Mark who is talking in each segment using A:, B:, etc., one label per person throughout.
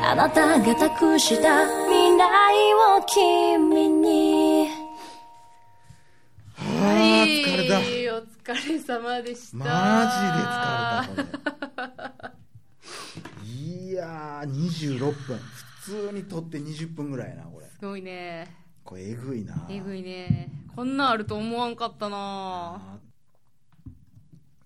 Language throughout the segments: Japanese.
A: あなたが託した未来を君に
B: あー疲れた
C: お疲れ様でした。
B: マジで疲れたこれいやー26分普通に撮って20分ぐらいやなこれ
C: すごいね。
B: これえぐいな
C: えぐいね。こんなんあると思わんかったな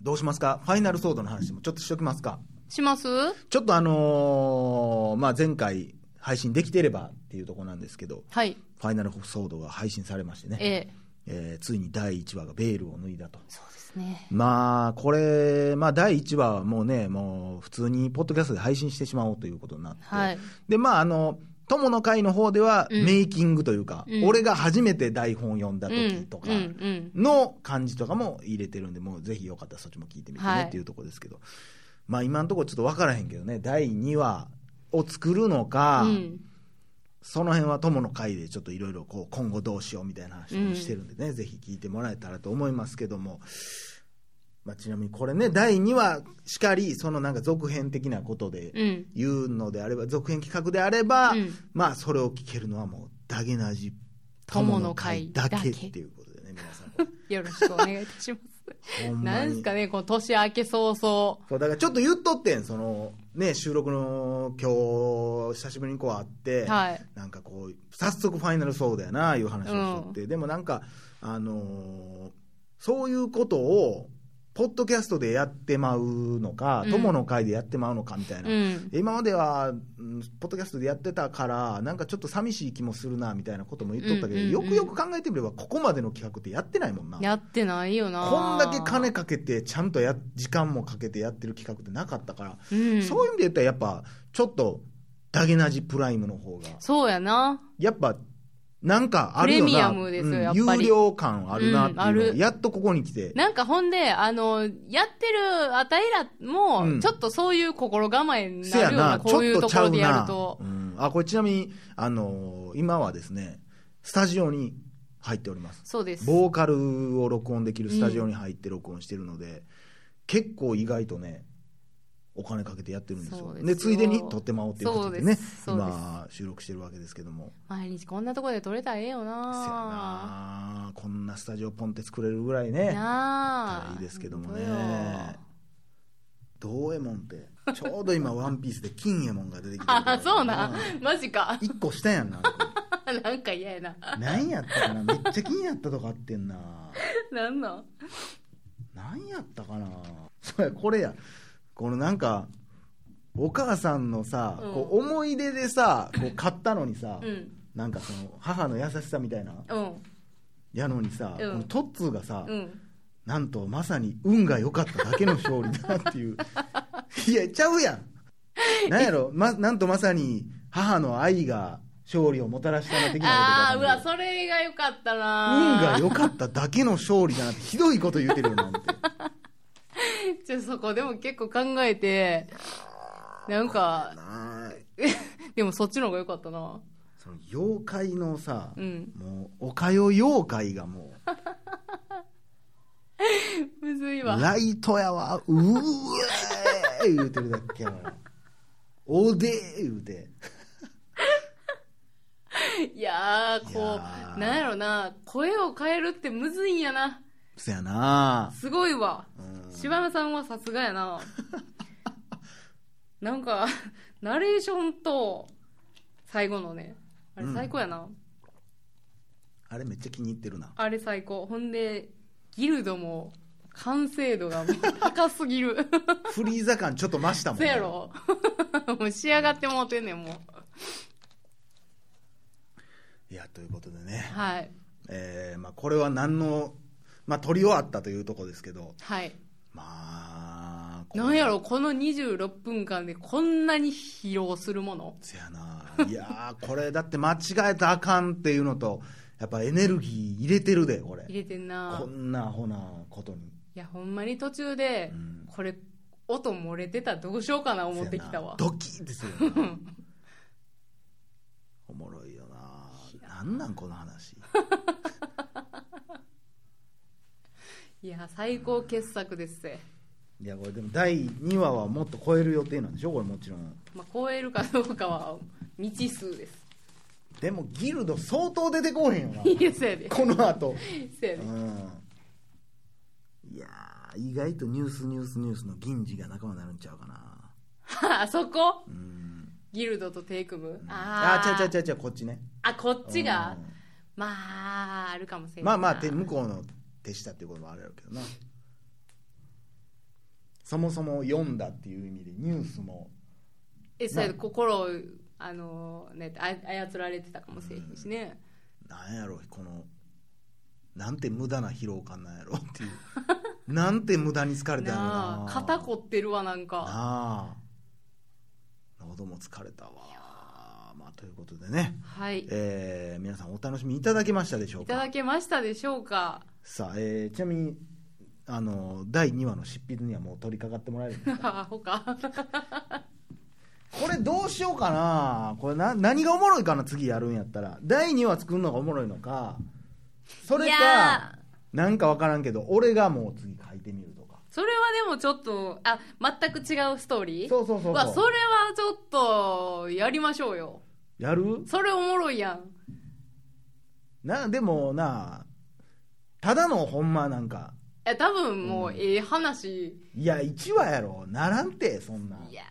B: どうしますかファイナルソードの話もちょっとしときますか
C: します
B: ちょっとあのーまあ前回配信できてればっていうところなんですけど
C: はい。
B: ファイナルソードが配信されましてね、
C: ええ。
B: えーついに第1話がベールを脱いだと
C: そうですね。
B: まあこれ、まあ、第1話はもうねもう普通にポッドキャストで配信してしまおうということになって、
C: はい
B: でまああの友の会の方では
C: うん
B: メイキングというか、
C: うん
B: 俺が初めて台本読んだ
C: う
B: 時
C: ん。
B: とか
C: うん。うん。
B: の感じとかも入れてるんで、もうぜひよかったらそっちも聞いてみて
C: はい
B: ねっていうところですけど、まあ今のところちょっと分からへんけどね第2話を作るのか、
C: うん
B: その辺は友の会でちょっといろいろこう今後どうしようみたいな話もしてるんでね、ぜひ聞いてもらえたらと思いますけども、まあ、ちなみにこれね第2話しかりそのなんか続編的なこと
C: う
B: で
C: ん。
B: 言うのであれば、続編企画であれば、
C: うん
B: まあそれを聞けるのはもうダゲなじ
C: 友の
B: 友
C: 会
B: のだけ
C: だけ
B: っていうことで ね皆さんこ
C: よろしくお願いいたします。
B: れほんま
C: な
B: に
C: んすかね、この年明け早々。
B: そうだからちょっと言っとってんそのね収録の今日久しぶりにこう会って、
C: はい
B: なんかこう早速ファイナルそうだよないう話をしとって、でもなんかあのーそういうことをポッドキャストでやってまうのか、
C: うん
B: 友の会でやってまうのかみたいな、
C: うん。
B: 今までは、うんポッドキャストでやってたからなんかちょっと寂しい気もするなみたいなことも言っとったけど、
C: うんうんうんうん
B: よくよく考えてみればここまでの企画ってやってないもんな。
C: やってないよな
B: こんだけ金かけてちゃんとや時間もかけてやってる企画ってなかったから、
C: うん。
B: そういう意味で言ったらやっぱちょっとダゲナジプライムの方が
C: そうやな。
B: やっぱなんかあるよな
C: プレミアムですよやっぱり
B: 有料感あるなっていうのが
C: うんある
B: やっとここに来て
C: なんかほんで、あの、やってるあたいらも、
B: うん
C: ちょっとそういう心構えに
B: せ
C: な
B: や
C: るよう
B: な
C: な、
B: ち
C: こうい
B: ょ
C: う
B: っと
C: と
B: ち
C: こ
B: ゃ
C: ろ
B: う
C: でやる
B: な
C: と。
B: うんあこれちなみにあのー今はですねスタジオに入っております
C: そうです。
B: ボーカルを録音できるスタジオに入って録音してるので、結構意外とねお金かけてやってるんです
C: そう
B: よ
C: で
B: です
C: よ
B: ついでに撮ってまおうっていうことでね
C: そうですそうです
B: 今収録してるわけですけども
C: 毎日こんなところで撮れたらええよ
B: せや
C: な
B: なこんなスタジオポンって作れるぐらい
C: な
B: ね
C: あ
B: いいですけどもね
C: 本
B: どうえもんっ てちょうど今「ワンピースで金右衛門が出てきてる
C: 当よあ、そうなん。マジか。
B: 1個したやんな
C: なんか嫌やな。
B: 何やったかなめっちゃ気になったとこあってんな
C: なんなん
B: 何やったかなそうやこれやこのなんかお母さんのさ、
C: うん
B: こう思い出でさこう買ったのにさ、
C: うん
B: なんかその母の優しさみたいな
C: うん。
B: やのにさ、
C: うん
B: このトッツーがさ、
C: うん。
B: なんとまさに運が良かっただけの勝利だなって いういやちゃうやんなんやろ、ま、なんとまさに母の愛が勝利をもたらしたな的
C: あ
B: な
C: あ、
B: こ
C: う
B: とだ
C: わ、
B: ったんで
C: それが良かった
B: 運
C: な
B: が良かっただけの勝利だなっ てひどいこと言うてるよなんて
C: じゃそこでも結構考えて、なんか、
B: なあ
C: でもそっちの方が良かったな
B: その妖怪のさ、
C: うん
B: もうおかよ妖怪がもう
C: むずいわ。
B: ライトやわうーえー言うてるだけやからおでー言うて
C: いやー、こ
B: いやー
C: う、なんやろな、声を変えるってむずいんやな。
B: そやな
C: すごいわ。
B: うん
C: 柴山さんはさすが やな。なんか、ナレーションと、最後のね、あれ
B: うん
C: 最高やな。
B: あれめっちゃ気に入ってるな
C: あれ最高。ほんで、ギルドも、完成度がもう高す ぎる。
B: フリーザ感ちょっと増したもん
C: そやろ もう仕上がってもうてんねん、もう。
B: いやということでね、
C: はい。
B: えーまあ、これは何のまあ撮り終わったというとこですけど
C: はい。
B: まあこう
C: なんやろ、この26分間でこんなに疲労するもの
B: せやないやーこれだって間違えたらあかんっていうのとやっぱエネルギー入れてるでこれ
C: 入れてんな
B: こんなアホなことに
C: いやほんまに途中で、
B: うん
C: これ音漏れてたらどうしようかな思ってきたわ
B: せやなドキッてするよなおもろいよななんなんこの話
C: いや最高傑作ですぜ
B: いやこれでも第2話はもっと超える予定なんでしょこれもちろん
C: まあ、超えるかどうかは未知数です。
B: でもギルド相当出てこうへんよな
C: いや、そうやで。
B: この後
C: そうや
B: う
C: で。
B: んいやー意外とニュースニュースニュースの銀次が仲間になるんちゃうかな
C: あそこ
B: うん
C: ギルドと手組む。
B: あ
C: あ
B: あちゃうちゃうち
C: ゃ。
B: ゃうちゃうこっちね
C: あ、こっちが
B: うん。
C: まあ、あるかもしれんない。
B: まあまあて向こうの手下っていうこともあるやろうけどなそもそも読んだっていう意味でニュースも
C: え、そうやで、
B: な
C: 心を、あのね、あ操られてたかもしれへんしね。
B: なんやろこのなんて無駄な疲労感なんやろっていうなんて無駄に疲れたんやろ
C: な
B: な
C: あ、肩凝ってるわ、なんか。
B: なあ喉も疲れたわまあということでね、
C: はい。
B: えー皆さんお楽しみいただけましたでしょう
C: いた
B: か
C: だけましたでしょうか。
B: さあ、えーちなみにあの第2話の執筆にはもう取り掛かってもらえるんですか
C: 他。
B: これどうしようかなこれな何がおもろいかな次やるんやったら第2話作るのがおもろいのかそれ
C: い
B: か
C: や
B: なんか分からんけど俺がもう次書いてみるとか
C: それはでもちょっと、あ、全く違うストーリー
B: そうそうそうそう
C: わ、それはちょっと、やりましょうよ。
B: やる
C: それおもろいやん。
B: なでもなただのほんまなんか
C: え、多分もう、ええ話。
B: いや1話やろならんてそんない
C: や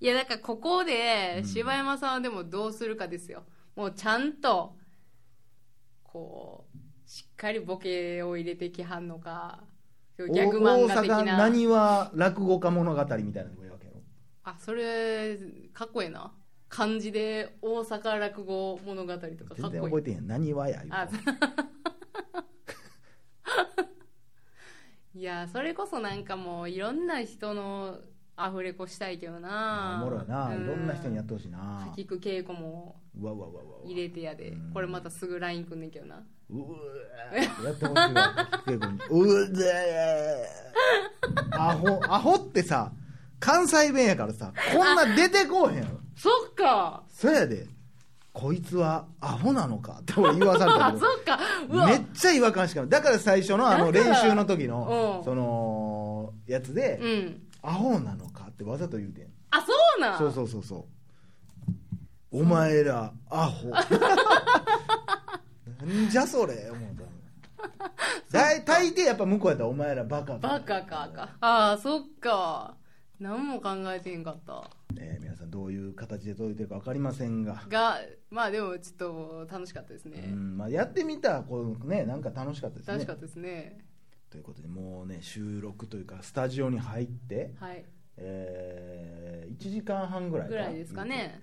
C: ーいや、だからここで、柴山さんはでもどうするかですよ。もうちゃんと、こう、しっかりボケを入れてきはんのか、ギ
B: お
C: ャグ漫画的
B: 大阪
C: な。
B: 何は落語家物語みたいなのがいいわけやろ
C: あ、それ、かっこええな。漢字で大阪落語物語とかか
B: 全
C: っ
B: 然
C: こいい
B: 覚え。てへん何はや言う
C: あ
B: の
C: そういやそれこそなんかもういろんな人のアフレコしたいけどな
B: おもろいな、
C: う
B: いろんな人にやってほしいな
C: 滝久稽古も
B: うわうわうわうわ
C: 入れてやで
B: うん
C: これまたすぐ LINE くんねんけどな
B: うわーやってほしいわ滝久 君にうぜーアホアホってさ関西弁やからさこんな出てこうへんやろ
C: そっか
B: そやでこいつはアホなのかって俺言わされた
C: あ
B: けど
C: そっかうわ
B: めっちゃ違和感しかないだから最初のあの
C: だ
B: 練
C: から
B: 習の時の
C: うん
B: そのやつで、
C: うん
B: アホなのかってわざと言うてん
C: あそうなん
B: そうそうそうそうお前らア ホなんじゃそれ思 うただい大抵やっぱ向こうやったらお前らバカか
C: バカかかあーそっか何も考えてへんかった
B: えー皆さんどういう形で届いてるか分かりませんが、
C: がまあでもちょっと楽しかったで
B: う
C: すね
B: んまあ、やってみたこうねなんか楽しかったですね
C: 楽しかったですね
B: ということでもうね収録というかスタジオに入って、
C: はい
B: え1時間半ぐらい
C: ぐらいですかね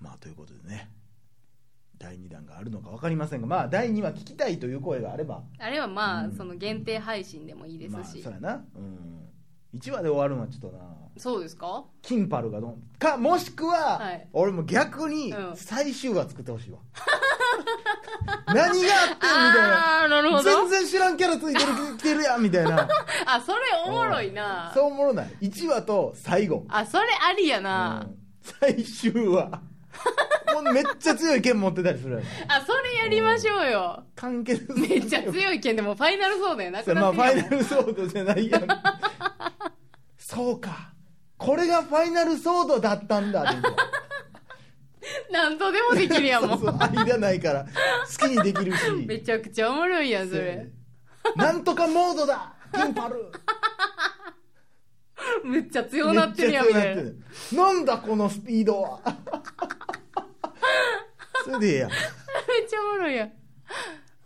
B: まあということでね第2弾があるのか分かりませんがまあ第2話聞きたいという声があれば
C: あれはまあ、
B: うん
C: その限定配信でもいいで
B: まあ
C: すし、
B: そうやなうん1話で終わるのはちょっとな
C: そうですか
B: キンパルがどんかもしくは、
C: はい
B: 俺も逆に
C: うん
B: 最終話作ってほしいわ、 何があってんみ
C: ああーなるほど
B: たいな全然知らんキャラついてる来てるやんみたいな
C: あそれ おもろいな
B: そうおもろない1話と最後
C: あそれありやな
B: う、ん最終話 もうめっちゃ強い剣持ってたりするやん
C: あそれやりましょうよ
B: 完結する
C: めっちゃ強い剣でもファイナルソードやなく
B: ま
C: な
B: あ
C: っ
B: フ
C: てる
B: ァ
C: やん
B: イナルソードじゃないやんそうかこれがファイナルソードだったんだみたいな
C: 何とでもできるやんも
B: そううそう間ないから好きにできるし
C: めちゃくちゃおもろいやんそれ
B: なんとかモードだテンパル
C: めっちゃ強なってるやんみたいな
B: めっちゃ強くってるなんだこのスピードはそれでええやん
C: めっちゃおもろいやん。は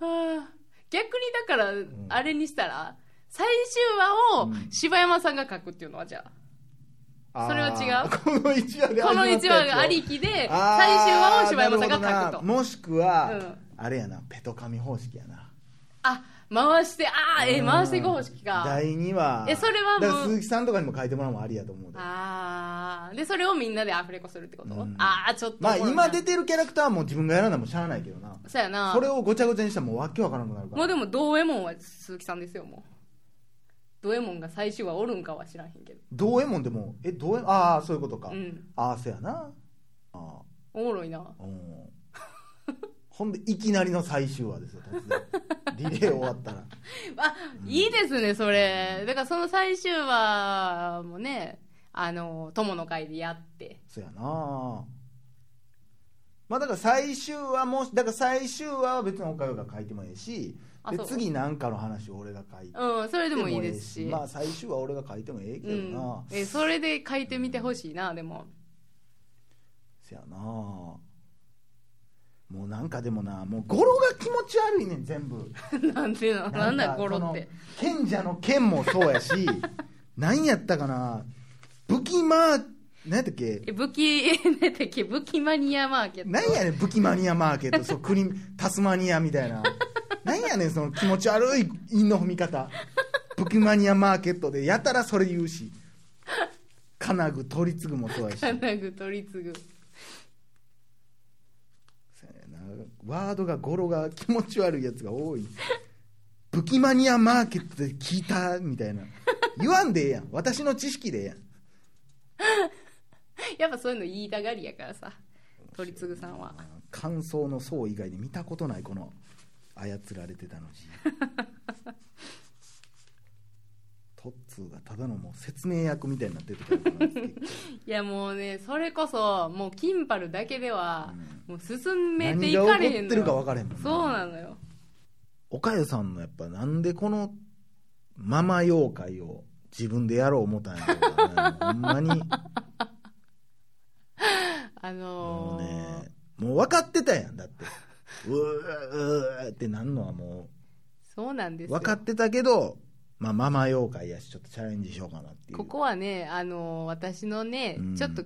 C: あ、逆にだから、あれにしたら、最終話を柴山さんが書くっていうのはじゃ
B: あー
C: それは違う
B: この1話で
C: あ、この
B: 始まったやつを
C: 1話がありきで、最
B: あ
C: 終
B: ー
C: 話を柴山さん
B: なる
C: が
B: ほど
C: 書く
B: な
C: と。
B: もしくは、
C: うん
B: あれやなペトカミ方式やな
C: あ、回して、あー、えー、回していく方式か。
B: 第2話
C: えそれはもう
B: だから鈴木さんとかにも書いてもらうのもありやと思うで
C: あー。で、それをみんなでアフレコするってこと、
B: うん
C: あー、ちょっとおも
B: ま
C: ろ
B: あ
C: いな。
B: 今出てるキャラクターはもう自分がやらないもしゃあないけどな
C: そうやな。
B: それをごちゃごちゃにしたらもうわけわからなくなるから
C: もうでも、ドエモンは鈴木さんですよ、もう。ドエモンが最終話おるんかは知らんへんけど。
B: どうえもんでもえどうえああそういうことか、
C: うん。
B: ああせやなあ
C: おもろいな。
B: あうんはほんでいきなりの最終話ですよ突然 リレー終わったら
C: あ、いいですね、それ。だからその最終話もね、あの、友の会でやって。
B: そやなあまあだから最終話もだから最終話は別に岡山が書いてもええし
C: あ
B: で
C: そう
B: 次なんかの話を俺が書いて
C: うん、それでもいいですし。
B: まあ最終話俺が書いてもええけど
C: うん
B: な、、
C: えそれで書いてみてほしいな、でも。
B: せやなもうなんかでもなもう語呂が気持ち悪いねん全部
C: なんていうの、なんだ、ゴロって。
B: その賢者の剣もそうやし 何やったかな武器マー何やったっけ
C: え、武器、なんだっけ、武器マニアマーケット。
B: 何やねん武器マニアマーケットそう国タスマニアみたいな何やねんその気持ち悪い韻の踏み方武器マニアマーケットでやたらそれ言うし金具取り継ぐもそうやし
C: 金具取り継ぐ。
B: そうやねんなワードが語呂が気持ち悪いやつが多い武器マニアマーケットで聞いたみたいな言わんでええやん私の知識でええやん
C: やっぱそういうの言いたがりやからさ、取り継ぐさんは。
B: 感想の層以外で見たことないこの操られてたの字トッツーがただのもう説明役みたいになっててたから結局
C: いやもうね、それこそ、もうキンパルだけでは、もう進めて
B: 何
C: い
B: が起こ
C: か
B: っ
C: れへんのよ
B: てるか分からへんもんな
C: そうなのよ。
B: 岡谷さんのやっぱなんでこのママ妖怪を自分でやろう思ったんやろうかねほんまにも
C: あの
B: う
C: ー
B: ねもう分かってたやんだ ってうーうーってなんのはも
C: そうなんで
B: う
C: すよ
B: 分かってたけど、まあ、ママ妖怪やしちょっとチャレンジしようかなっていう
C: ここはね、あのー私のね、
B: うん
C: ちょっと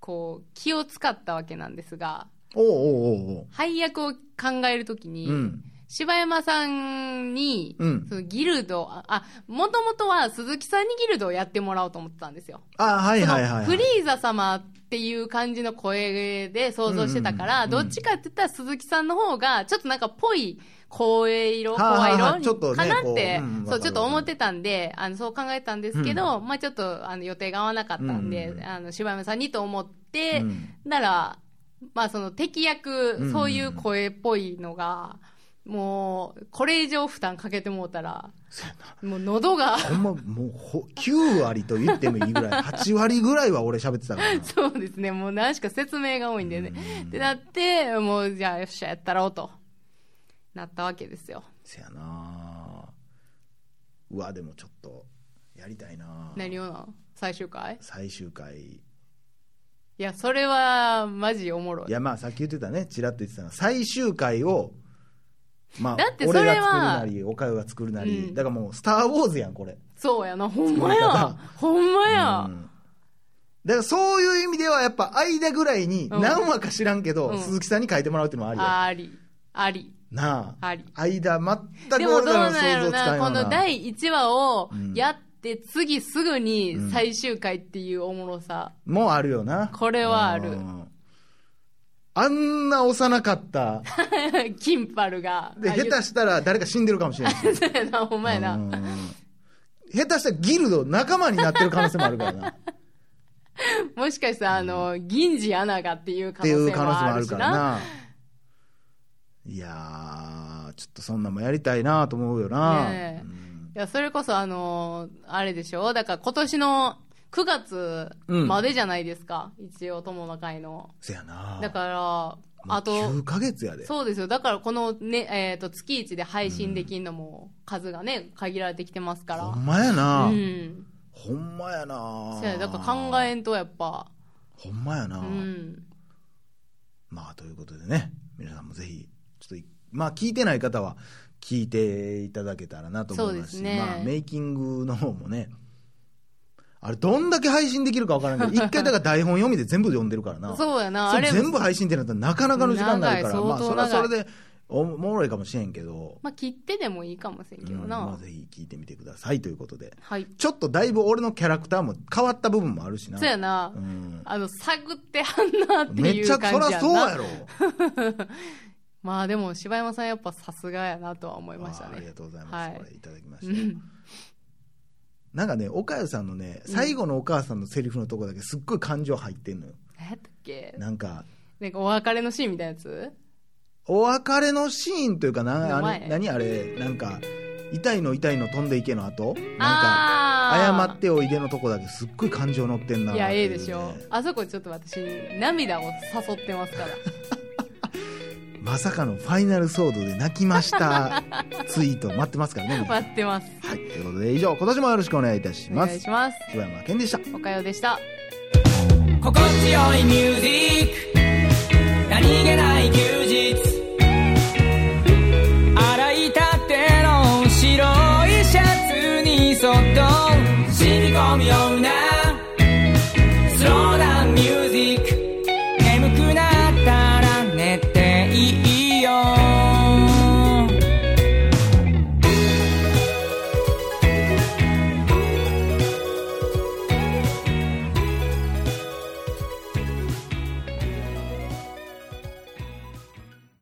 C: こう気を使ったわけなんですが
B: おうおうおうおう
C: 配役を考えるときに、
B: うん
C: 柴山さんに、
B: うん
C: そのギルドああもともとは鈴木さんにギルドをやってもらおうと思ってたんですよ、
B: あはいはいはい、はい、
C: そのフリーザ様っていう感じの声で想像してたから、
B: うんうんうん
C: どっちかって言ったら鈴木さんの方がちょっとなんかぽい声色、
B: はあはあ
C: 声
B: はあちょ
C: 色
B: っとね
C: かなって
B: こううんわ、か
C: そ
B: る
C: う、ちょっと思ってたんで、あの、そう考えたんですけど、まあちょっと、あの、予定が合わなかったん
B: うん
C: で
B: うんう、ん
C: あの、柴山さんにと思って
B: うん、
C: なら、まあその敵
B: うんうん
C: 役、そういう声っぽいのが、もう、これ以上負担かけてもうたら、
B: そうやな
C: もう喉が、
B: ほんまもうほ9割と言ってもいいぐらい8割ぐらいは俺喋ってたからな
C: そうですね。もう何しか説明が多いんでね。ってなって、もうじゃあよっしゃやったろうと。なったわけですよ。
B: せやなうわでもちょっとやりたいな
C: 何をなん最終回
B: 最終回
C: いや、それはマジおもろい。
B: いやまあさっき言ってたねちらっと言ってたの最終回をまあ
C: だってそれ
B: 俺
C: は
B: が作るなりおかゆが作るなり、
C: うん
B: だからもう「スター・ウォーズ」やんこれ
C: そうやな、ほんま
B: 作り
C: や
B: 方。
C: ほんまや。
B: うんだからそういう意味ではやっぱ間ぐらいに
C: うん
B: 何話か知らんけど、
C: うん
B: 鈴木さんに書いてもらうっていうのもありや
C: あり、あり。
B: なあ
C: あり
B: 間全
C: で
B: く
C: もどう
B: 俺らの
C: なん
B: 想
C: や
B: 像
C: ろ
B: つかん
C: な、
B: よ
C: こ
B: うな
C: の第1話を
B: ん
C: やって、次すぐに最終回っていうおもろさ。
B: もうあるよな
C: これはある
B: うんあんな幼かった
C: キンパルが。
B: で
C: あ
B: 下手したら誰か死んでるかもしれないし
C: そうやな、ほんまや
B: う
C: な。
B: ん下手したらギルド仲間になってる可能性もあるから なっ
C: もしかしたら、あの、銀次アナがっていう可
B: て
C: 能
B: いう
C: 性
B: 可能
C: も
B: 性も
C: あ
B: あ
C: る
B: る
C: し
B: から
C: な。
B: ないやーちょっとそんなんもやりたいなと思うよな、
C: ねえ
B: うん
C: いや、それこそあのーあれでしょだから今年の9月
B: うん
C: までじゃないですか。一応、友の会の。
B: せやな
C: だから、あ
B: もう
C: と
B: 9、ヶ月やで
C: そうですよ。だからこのね、えっ、と、月1で配信できるのも数がね、限られてきてますか
B: ほ
C: ら。
B: んまやな、
C: うん。
B: ほんまやな
C: そうや、だから考えんとやっぱ、
B: ほんまやな、
C: うん。
B: まあということでね皆さんもぜひちょっといまあ聞いてない方は聞いていただけたらなと思いますし
C: そうですね
B: まあ、メイキングの方もねあれどんだけ配信できるかわから ないけど一回だから台本読みで全部読んでるからな
C: そうやな、
B: そ
C: あ
B: れ
C: れ、
B: 全部配信ってなったらなかなかの時間になるから
C: 長い
B: まあそれは
C: 相当長
B: そ
C: い
B: れでおもろいかもしれんけど、
C: まあ、切ってでもいいかもしれんけ
B: う
C: ど
B: ん
C: な。
B: まあ、ぜひ聞いてみてくださいということで
C: はい。
B: ちょっとだいぶ俺のキャラクターも変わった部分もあるしな
C: そうやな。
B: うん
C: あの、探ってはんなって
B: めっ
C: いう感じ
B: ちゃ
C: や
B: そ
C: んな。
B: らそう やろ
C: まあでも柴山さんやっぱさすがやなとは思いました
B: あーありが
C: ね。
B: とうございます、
C: はい
B: これいただきま
C: う
B: した、
C: ん、
B: なんかね岡谷さんのね最後のお母さんのセリフのとこだけすっごい感情入ってんのよ、
C: 何やったっけ
B: なんか
C: なんかお別れのシーンみたいなやつ
B: お別れのシーンというかなあ
C: の前
B: れ何あれなんか痛いの痛いの飛んでいけの後なんか謝
C: あー
B: っておいでのとこだけすっごい感情乗ってんなっ
C: い
B: て
C: や
B: うね
C: ええでしょあそこちょっと私涙を誘ってますから
B: まさかのファイナルソードで泣きました ツイート待ってますからね皆さん
C: 待ってます
B: はいということで以上今年もよろしくお願いいたし
C: お
B: ま
C: 願い
B: す
C: します
B: 柴山健でした
C: おかよでした
D: 心地よいミュージック何気ない休日洗いたての白いシャツにそっと染み込むような